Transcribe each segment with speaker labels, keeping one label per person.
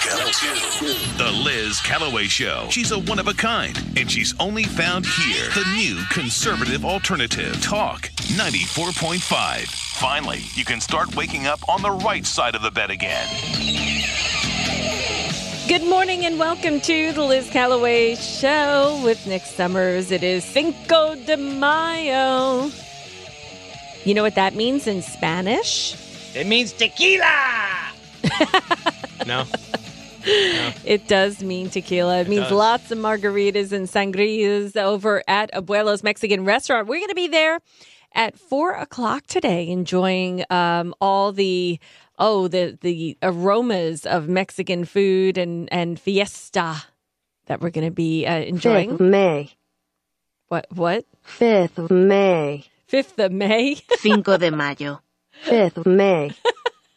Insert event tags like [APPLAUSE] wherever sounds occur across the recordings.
Speaker 1: Channel 2. The Liz Calloway Show. She's a one of a kind, and she's only found here. The new conservative alternative. Talk 94.5. Finally, you can start waking up on the right side of the bed again.
Speaker 2: Good morning and welcome to the Liz Calloway Show with Nick Summers. It is Cinco de Mayo. You know what that means in Spanish?
Speaker 3: It means tequila. [LAUGHS] no.
Speaker 2: It does mean tequila. It, means
Speaker 3: does.
Speaker 2: lots of margaritas and sangrias over at Abuelo's Mexican Restaurant. We're going to be there at four o'clock today, enjoying um, all the oh the the aromas of Mexican food and and fiesta that we're going to be uh,
Speaker 4: 5th
Speaker 2: enjoying.
Speaker 4: May.
Speaker 2: What what
Speaker 4: 5th of May.
Speaker 2: fifth of May? [LAUGHS]
Speaker 5: 5 de mayo.
Speaker 4: 5th of May.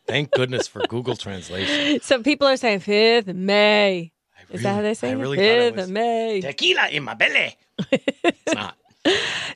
Speaker 3: Thank goodness for Google Translation.
Speaker 2: so people are saying fifth of May.
Speaker 3: I
Speaker 2: Is that how they say
Speaker 3: I
Speaker 2: it?
Speaker 3: really thought it
Speaker 2: fifth
Speaker 3: was
Speaker 2: of May?
Speaker 3: tequila in my belly. it's not.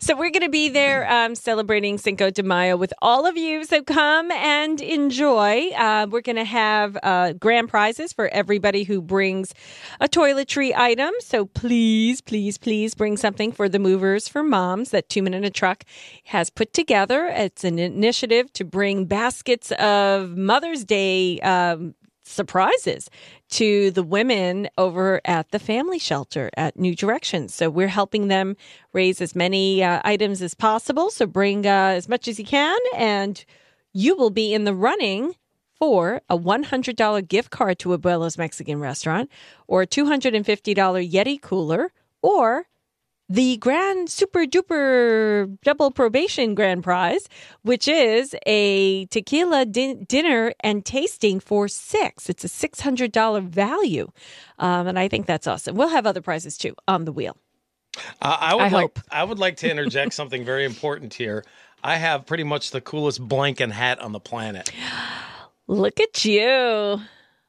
Speaker 2: So we're going to be there um, celebrating Cinco de Mayo with all of you. So come and enjoy. Uh, we're going to have uh, grand prizes for everybody who brings a toiletry item. So please, please, please bring something for the movers for moms that Two Men in a Truck has put together. It's an initiative to bring baskets of Mother's Day um, surprises to the women over at the family shelter at New Directions. So we're helping them raise as many uh, items as possible. So bring uh, as much as you can, and you will be in the running for a $100 gift card to Abuelo's Mexican Restaurant, or a $250 Yeti cooler, or the grand super duper double probation grand prize, which is a tequila din- dinner and tasting for six. It's a $600 value. Um, and I think that's awesome. We'll have other prizes too on the wheel.
Speaker 3: Uh, I would
Speaker 2: I
Speaker 3: like.
Speaker 2: hope.
Speaker 3: I would like to interject something very important here. I have pretty much the coolest blank and hat on the planet.
Speaker 2: Look at you.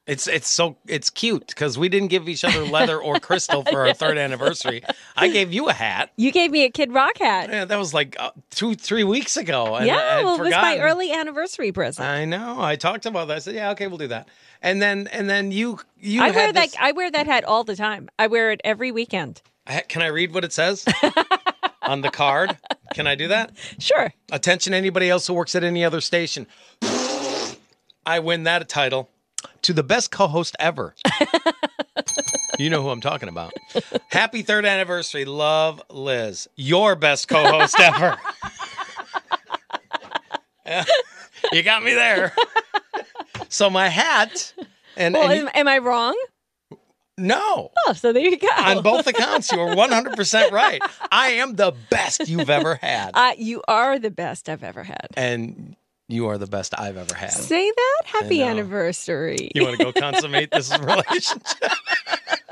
Speaker 3: It's it's so it's cute because we didn't give each other leather
Speaker 2: [LAUGHS]
Speaker 3: or crystal for our third anniversary. I gave you a hat.
Speaker 2: You gave me a Kid Rock hat.
Speaker 3: Yeah, that was like uh, two three weeks ago. And I,
Speaker 2: yeah,
Speaker 3: I'd
Speaker 2: well, it was my
Speaker 3: forgotten. Uh,
Speaker 2: early anniversary present.
Speaker 3: I know. I talked about that. I said, "Yeah, okay, we'll do that." And then, and then you, you.
Speaker 2: I
Speaker 3: had
Speaker 2: wear that.
Speaker 3: this-
Speaker 2: I wear that hat all the time. I wear it every weekend.
Speaker 3: I- Can I read what it says on the card? Can I do that?
Speaker 2: Sure.
Speaker 3: Attention, anybody else who works at any other station. I win that title to the best co-host ever. you know who I'm talking about. Happy third anniversary, love Liz, your best co-host ever. [LAUGHS] Yeah, you got me there. so my hat and,
Speaker 2: Well,
Speaker 3: and
Speaker 2: am, am I wrong?
Speaker 3: you- no
Speaker 2: Oh, so there you go.
Speaker 3: on both accounts. You are 100% right. I am the best you've ever had.
Speaker 2: Uh, you are the best I've ever had.
Speaker 3: and you are the best I've ever had.
Speaker 2: Say that. Happy
Speaker 3: know.
Speaker 2: anniversary.
Speaker 3: You want to go consummate this relationship?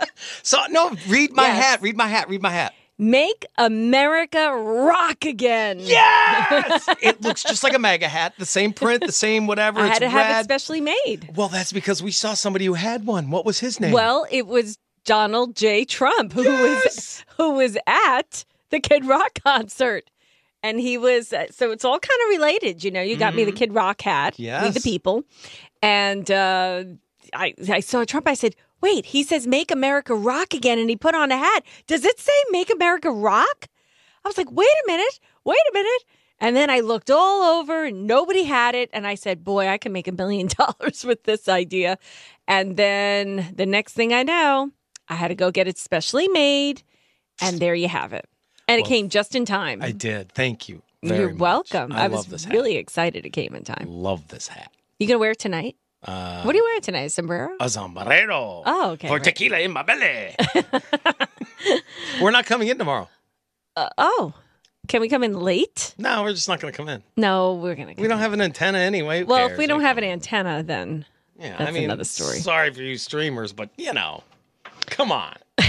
Speaker 3: [LAUGHS] so, no, read my
Speaker 2: Yes.
Speaker 3: hat. Read my hat. Read my hat.
Speaker 2: Make America rock again.
Speaker 3: Yes! it looks just like a MAGA hat. The same print, the same whatever.
Speaker 2: I
Speaker 3: it's
Speaker 2: had to have
Speaker 3: red.
Speaker 2: it specially made.
Speaker 3: well, that's because we saw somebody who had one. What was his name?
Speaker 2: Well, it was Donald J. Trump who was who was at the Kid Rock concert. And he was uh, so it's all kind of related, you know. You got me the Kid Rock hat,
Speaker 3: Mm-hmm. Yes.
Speaker 2: we the people, and uh, I I saw Trump. I said, "Wait," he says, "Make America Rock again," and he put on a hat. Does it say "Make America Rock"? I was like, "Wait a minute, wait a minute," and then I looked all over, and nobody had it, and I said, "Boy, I can make a million [LAUGHS] dollars with this idea." And then the next thing I know, I had to go get it specially made, and there you have it. And it
Speaker 3: Well,
Speaker 2: came just in time.
Speaker 3: I did. Thank you. very
Speaker 2: You're
Speaker 3: much.
Speaker 2: welcome.
Speaker 3: I,
Speaker 2: I,
Speaker 3: love
Speaker 2: was
Speaker 3: this hat.
Speaker 2: really excited it came in time.
Speaker 3: love this hat.
Speaker 2: You gonna wear it tonight?
Speaker 3: Uh,
Speaker 2: what are you wearing tonight? A sombrero?
Speaker 3: A sombrero.
Speaker 2: oh, okay.
Speaker 3: for
Speaker 2: right.
Speaker 3: tequila in
Speaker 2: [LAUGHS]
Speaker 3: my belly. we're not coming in tomorrow.
Speaker 2: Uh, oh, can we come in late?
Speaker 3: No, we're just not going to come in.
Speaker 2: No, we're gonna. Come
Speaker 3: We don't
Speaker 2: in.
Speaker 3: have an antenna anyway. Who
Speaker 2: Well, if
Speaker 3: cares?
Speaker 2: we don't have an antenna, then
Speaker 3: yeah,
Speaker 2: that's another story.
Speaker 3: Sorry for you streamers, but you know, come on. [LAUGHS]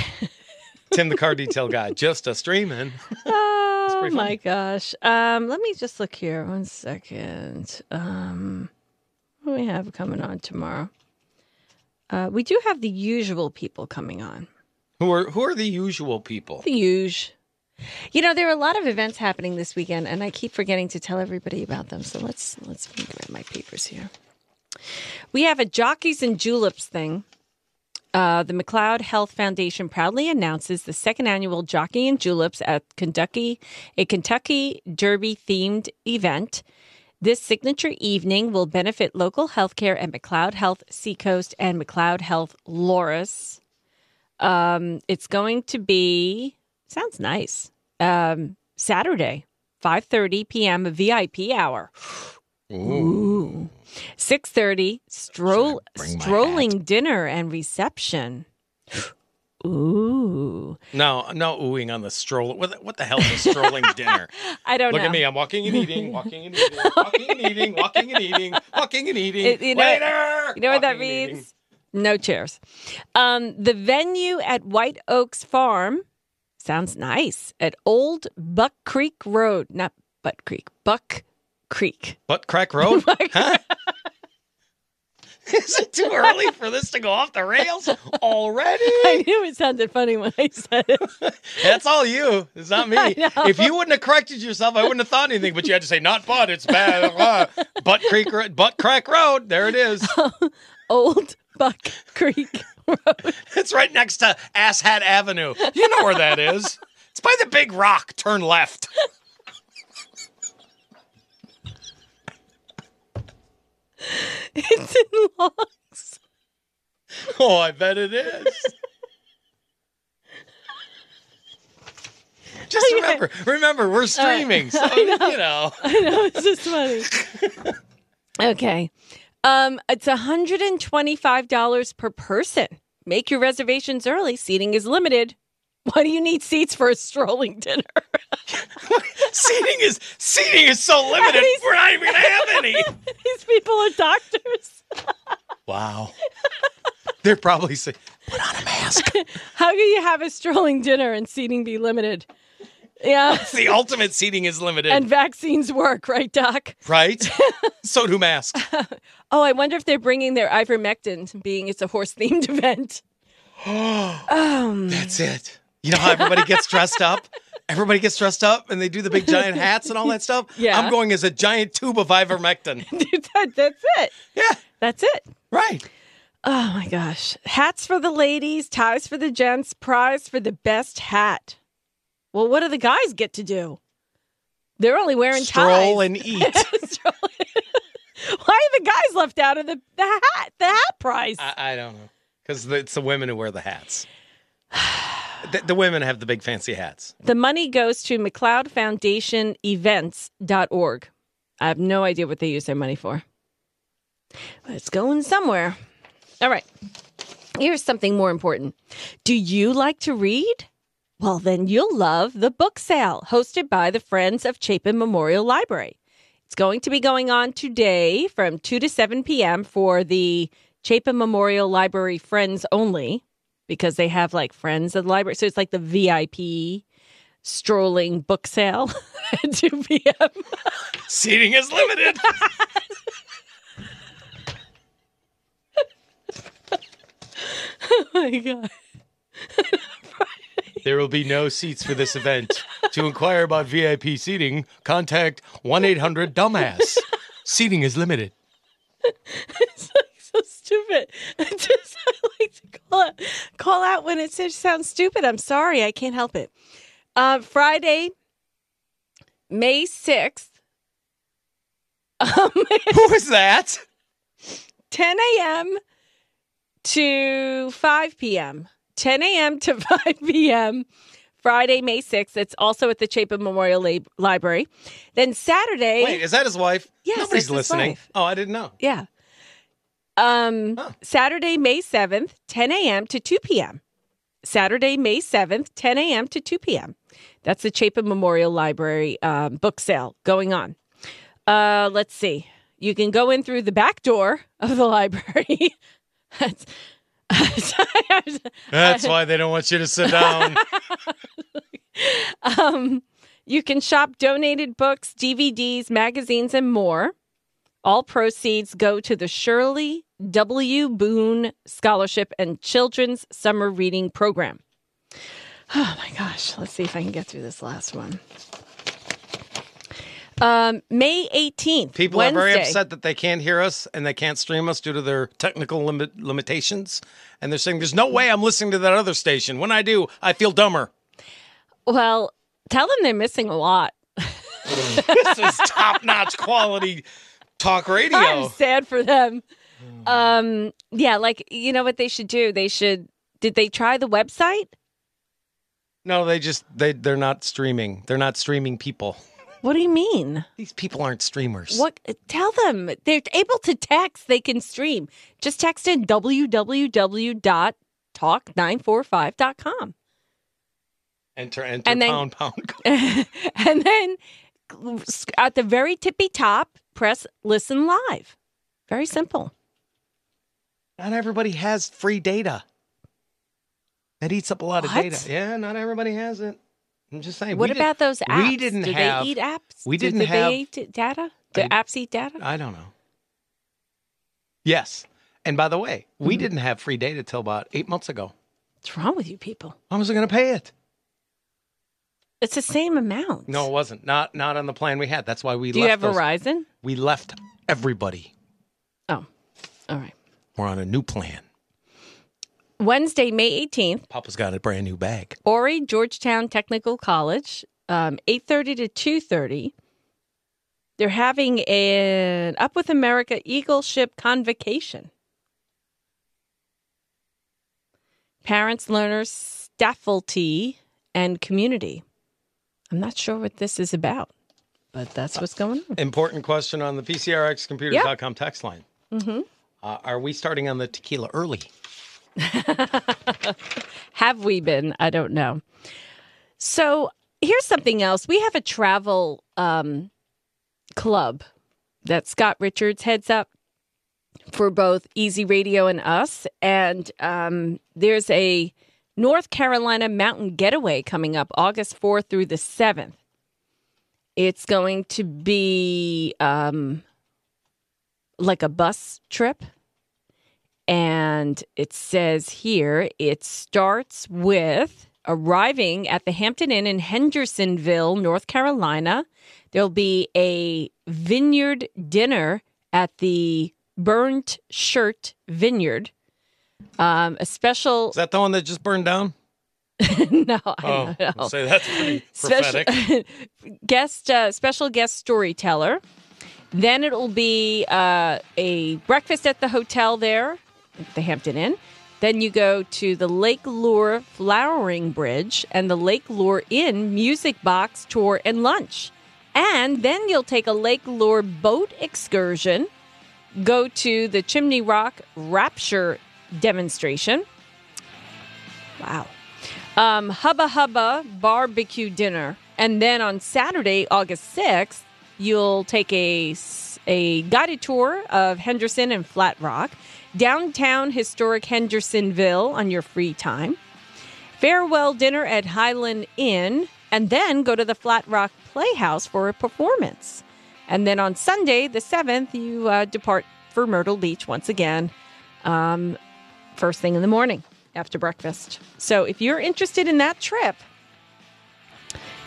Speaker 3: Tim, the car detail guy, just a streaming.
Speaker 2: oh
Speaker 3: pretty
Speaker 2: my gosh. Um, let me just look here one second. Um, what do we have coming on tomorrow? Uh, we do have the usual people coming on.
Speaker 3: Who are who are the usual people?
Speaker 2: The huge. You know, there are a lot of events happening this weekend, and I keep forgetting to tell everybody about them. So let's let's let me grab my papers here. We have a jockeys and juleps thing Uh, the McLeod Health Foundation proudly announces the second annual Jockey and Juleps at Kentucky, a Kentucky Derby themed event. This signature evening will benefit local healthcare at McLeod Health Seacoast and McLeod Health Loris. Um, it's going to be sounds nice. Um, Saturday, 5:30 p.m. VIP hour. Ooh. 6:30 stroll
Speaker 3: Should I bring my
Speaker 2: strolling dinner and reception. [GASPS] Ooh.
Speaker 3: No, no oohing on the stroller. What the, what the hell is a strolling dinner?
Speaker 2: [LAUGHS] I don't
Speaker 3: Look
Speaker 2: know.
Speaker 3: at me. I'm walking and eating, walking and eating, walking and eating, walking and eating, walking and
Speaker 2: [LAUGHS]
Speaker 3: eating.
Speaker 2: It- you know-
Speaker 3: Waiter!
Speaker 2: You know what that
Speaker 3: Walking and eating.
Speaker 2: means? No chairs. Um, the venue at White Oaks Farm sounds nice. At Old Buck Creek Road, not Butt Creek, Buck Creek. [LAUGHS]
Speaker 3: Butt crack road? Huh? Is it too early for this to go off the rails
Speaker 2: I [LAUGHS]
Speaker 3: already?
Speaker 2: knew it sounded funny when I said it.
Speaker 3: That's all you. It's not
Speaker 2: [LAUGHS]
Speaker 3: me.
Speaker 2: I know.
Speaker 3: If you wouldn't have corrected yourself, I wouldn't have thought anything. But you had to say not butt. It's bad. [LAUGHS] Uh, butt creek. Ro- Butt crack road. There
Speaker 2: [LAUGHS]
Speaker 3: it is.
Speaker 2: Old Buck Creek Road. [LAUGHS]
Speaker 3: It's right next to Ass Hat Avenue. You know where that is. It's by the big rock. Turn left.
Speaker 2: It's in logs.
Speaker 3: Oh, I bet it
Speaker 2: [LAUGHS]
Speaker 3: is. Just
Speaker 2: Oh,
Speaker 3: remember, remember, we're streaming,
Speaker 2: [LAUGHS]
Speaker 3: so you know.
Speaker 2: I Oh, know it's just funny. Okay. Um, it's $125 per person. Make your reservations early. Seating is limited. Why do you need seats for a strolling dinner? [LAUGHS]
Speaker 3: seating is seating is so limited.
Speaker 2: least-
Speaker 3: We're not even gonna have
Speaker 2: [LAUGHS]
Speaker 3: any.
Speaker 2: These people are doctors.
Speaker 3: Wow. They're probably saying, "Put on a mask."
Speaker 2: How can you have a strolling dinner and seating be limited? Yeah.
Speaker 3: the ultimate seating is limited,
Speaker 2: And [LAUGHS] vaccines work, right, Doc?
Speaker 3: right? so
Speaker 2: [GASPS]
Speaker 3: do masks. [GASPS]
Speaker 2: Oh, I wonder if they're bringing their ivermectin, being it's a horse themed [LAUGHS] event. um,
Speaker 3: That's it. You know how everybody gets dressed up? Everybody gets dressed up and they do the big giant hats and all that stuff.
Speaker 2: [LAUGHS] Yeah.
Speaker 3: I'm going as a giant tube
Speaker 2: [LAUGHS]
Speaker 3: of ivermectin.
Speaker 2: [LAUGHS] that- that's it.
Speaker 3: Yeah,
Speaker 2: That's it.
Speaker 3: right.
Speaker 2: Oh my gosh. Hats for the ladies, ties for the gents, prize for the best hat. Well, what do the guys get to do? They're only wearing
Speaker 3: Stroll
Speaker 2: ties.
Speaker 3: and
Speaker 2: [LAUGHS]
Speaker 3: eat.
Speaker 2: Stroll and- Why are the guys left out of the, the hat, the hat prize?
Speaker 3: I, I don't know. Because it's the women who wear the hats. [SIGHS] The, the women have the big fancy hats.
Speaker 2: the money goes to McLeodFoundationEvents.org. I have no idea what they use their money for. But it's going somewhere. All right. Here's something more important. Do you like to read? Well, then you'll love the book sale hosted by the Friends of Chapin Memorial Library. It's going to be going on today from 2 to 7 p.m. for the Chapin Memorial Library Friends only because they have like friends of the library. So it's like the VIP strolling book sale [LAUGHS] at 2 [LAUGHS] p.m.
Speaker 3: Seating is limited.
Speaker 2: Oh my God.
Speaker 3: [LAUGHS] There will be no seats for this event. to inquire about VIP seating, contact 1 800 Dumbass. Seating is limited.
Speaker 2: It's like so stupid. [LAUGHS] I just I like to call out, call out when it says- sounds stupid. I'm sorry. I can't help it. Uh, Friday, May um, 6th,
Speaker 3: [LAUGHS]
Speaker 2: [LAUGHS]
Speaker 3: Who is that?
Speaker 2: 10 a.m. to 5 p.m. 10 a.m. to [LAUGHS] 5 p.m. Friday, May 6th. It's also at the Chapin Memorial Lab- Library. Then Saturday.
Speaker 3: Wait, is that his wife?
Speaker 2: Yes,
Speaker 3: Nobody's
Speaker 2: that's his
Speaker 3: listening.
Speaker 2: wife.
Speaker 3: Oh, I didn't know.
Speaker 2: Yeah. Um,
Speaker 3: Huh.
Speaker 2: Saturday, May 7th, 10 a.m. to 2 p.m. Saturday, May 7th, 10 a.m. to 2 p.m. That's the Chapin Memorial Library um, book sale going on. Uh, let's see. You can go in through the back door of the [LAUGHS] library. That's- [LAUGHS]
Speaker 3: That's why they don't want you to sit down.
Speaker 2: um, you can shop donated books, DVDs, magazines, and more. All proceeds go to the Shirley W. Boone Scholarship and Children's Summer Reading Program. Oh my gosh. Let's see if I can get through this last one. Um, May 18th.
Speaker 3: People
Speaker 2: Wednesday.
Speaker 3: are very upset that they can't hear us and they can't stream us due to their technical limit limitations. And they're saying, there's no way I'm listening to that other station. When I do, I feel dumber. [LAUGHS]
Speaker 2: Well, tell them they're missing a lot.
Speaker 3: this is top notch quality talk radio.
Speaker 2: I'm sad for them.
Speaker 3: Hmm.
Speaker 2: Um, yeah, like you know what they should do? They should. Did they try the website?
Speaker 3: No, they just they they're not streaming. They're not streaming people.
Speaker 2: What do you mean?
Speaker 3: These people aren't streamers.
Speaker 2: What? uh, Tell them they're able to text. They can stream. Just text in www.talk945.com.
Speaker 3: Enter enter
Speaker 2: And then-
Speaker 3: pound pound.
Speaker 2: [LAUGHS] and then at the very tippy top, press listen live. Very simple.
Speaker 3: Not everybody has free data. That eats up a lot
Speaker 2: What?
Speaker 3: of data. Yeah, not everybody has it. I'm just saying.
Speaker 2: what
Speaker 3: we did-
Speaker 2: about those apps?
Speaker 3: we didn't
Speaker 2: do
Speaker 3: have-
Speaker 2: they eat apps?
Speaker 3: we
Speaker 2: Do
Speaker 3: didn't
Speaker 2: they
Speaker 3: have-
Speaker 2: eat data? Do
Speaker 3: I-
Speaker 2: apps eat data?
Speaker 3: I don't know. Yes, and by the way, we
Speaker 2: Hmm.
Speaker 3: didn't have free data till about eight months ago.
Speaker 2: What's wrong with you people?
Speaker 3: How was I going to pay it?
Speaker 2: It's the same amount.
Speaker 3: No, it wasn't. Not not on the plan we had. That's why we
Speaker 2: Do
Speaker 3: left.
Speaker 2: you have
Speaker 3: those-
Speaker 2: Verizon?
Speaker 3: We left everybody.
Speaker 2: Oh, all right.
Speaker 3: We're on a new plan.
Speaker 2: Wednesday, May 18th,
Speaker 3: Papa's got a brand new bag.
Speaker 2: Ori Georgetown Technical College, um, 8.30 to 2.30. They're having an Up With America Eagle Ship Convocation. Parents, learners, faculty, and community. I'm not sure what this is about, but that's what's going on.
Speaker 3: Important question on the PCRXComputers.com text line.
Speaker 2: Mhm.
Speaker 3: Uh, are we starting on the tequila early?
Speaker 2: Have we been? I don't know. So here's something else. We have a travel um, club that Scott Richards heads up for both Easy Radio and us. And um, there's a North Carolina mountain getaway coming up August 4th through the 7th. It's going to be um, like a bus trip and it says here it starts with arriving at the Hampton Inn in Hendersonville, North Carolina. There'll be a vineyard dinner at the Burnt Shirt Vineyard. Um, a special
Speaker 3: Is that the one that just burned down?
Speaker 2: [LAUGHS] no, I don't know.
Speaker 3: I'll say that's pretty
Speaker 2: [LAUGHS] Special-
Speaker 3: Oh, prophetic.
Speaker 2: [LAUGHS] guest uh, special guest storyteller. Then it'll be uh, a breakfast at the hotel there, at the Hampton Inn. Then you go to the Lake Lure Flowering Bridge and the Lake Lure Inn Music Box Tour and Lunch. And then you'll take a Lake Lure boat excursion, go to the Chimney Rock Rapture demonstration. Wow. Um, hubba Hubba barbecue dinner. And then on Saturday, August 6th, you'll take a, s- a guided tour of Henderson and Flat Rock, downtown historic Hendersonville on your free time, farewell dinner at Highland Inn, and then go to the Flat Rock Playhouse for a performance. And then on Sunday, the 7th, you uh, depart for Myrtle Beach once again first thing in the morning after breakfast. So if you're interested in that trip,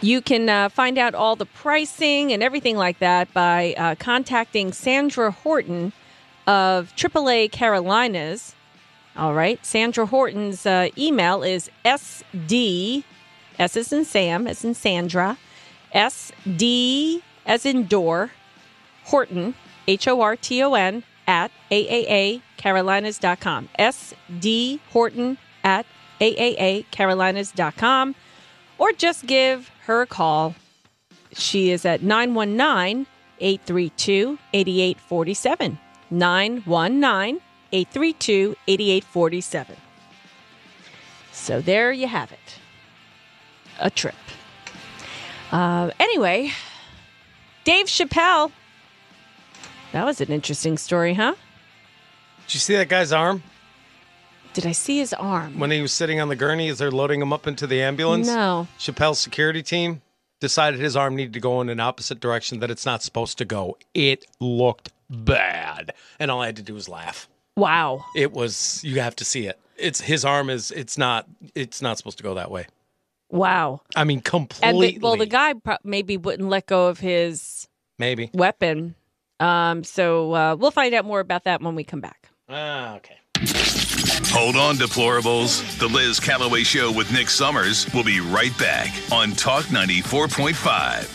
Speaker 2: you can uh, find out all the pricing and everything like that by uh, contacting Sandra Horton of AAA Carolinas. All right. Sandra Horton's uh, email is SD, S is in Sam, as in Sandra, SD as in door, Horton, H O R T O N, at AAACarolinas.com. S D Horton at AAACarolinas.com. Or just give her a call. She is at 919 832 8847. 919 832 8847. So there you have it a trip. Uh, anyway, Dave Chappelle. That was an interesting story, huh?
Speaker 3: Did you see that guy's arm
Speaker 2: Did I see his arm?
Speaker 3: when he was sitting on the gurney as they're loading him up into the ambulance?
Speaker 2: No.
Speaker 3: Chappelle's security team decided his arm needed to go in an opposite direction that it's not supposed to go. It looked bad, and all I had to do was laugh.
Speaker 2: Wow.
Speaker 3: It was you have to see it. It's his arm is it's not it's not supposed to go that way.
Speaker 2: Wow.
Speaker 3: I mean
Speaker 2: And
Speaker 3: completely.
Speaker 2: the, well, the guy pro- maybe wouldn't let go of his
Speaker 3: Maybe.
Speaker 2: weapon. Um, so uh, we'll find out more about that when we come back.
Speaker 3: Ah, okay.
Speaker 1: Hold on, deplorables. The Liz Calloway Show with Nick Summers will be right back on Talk 94.5.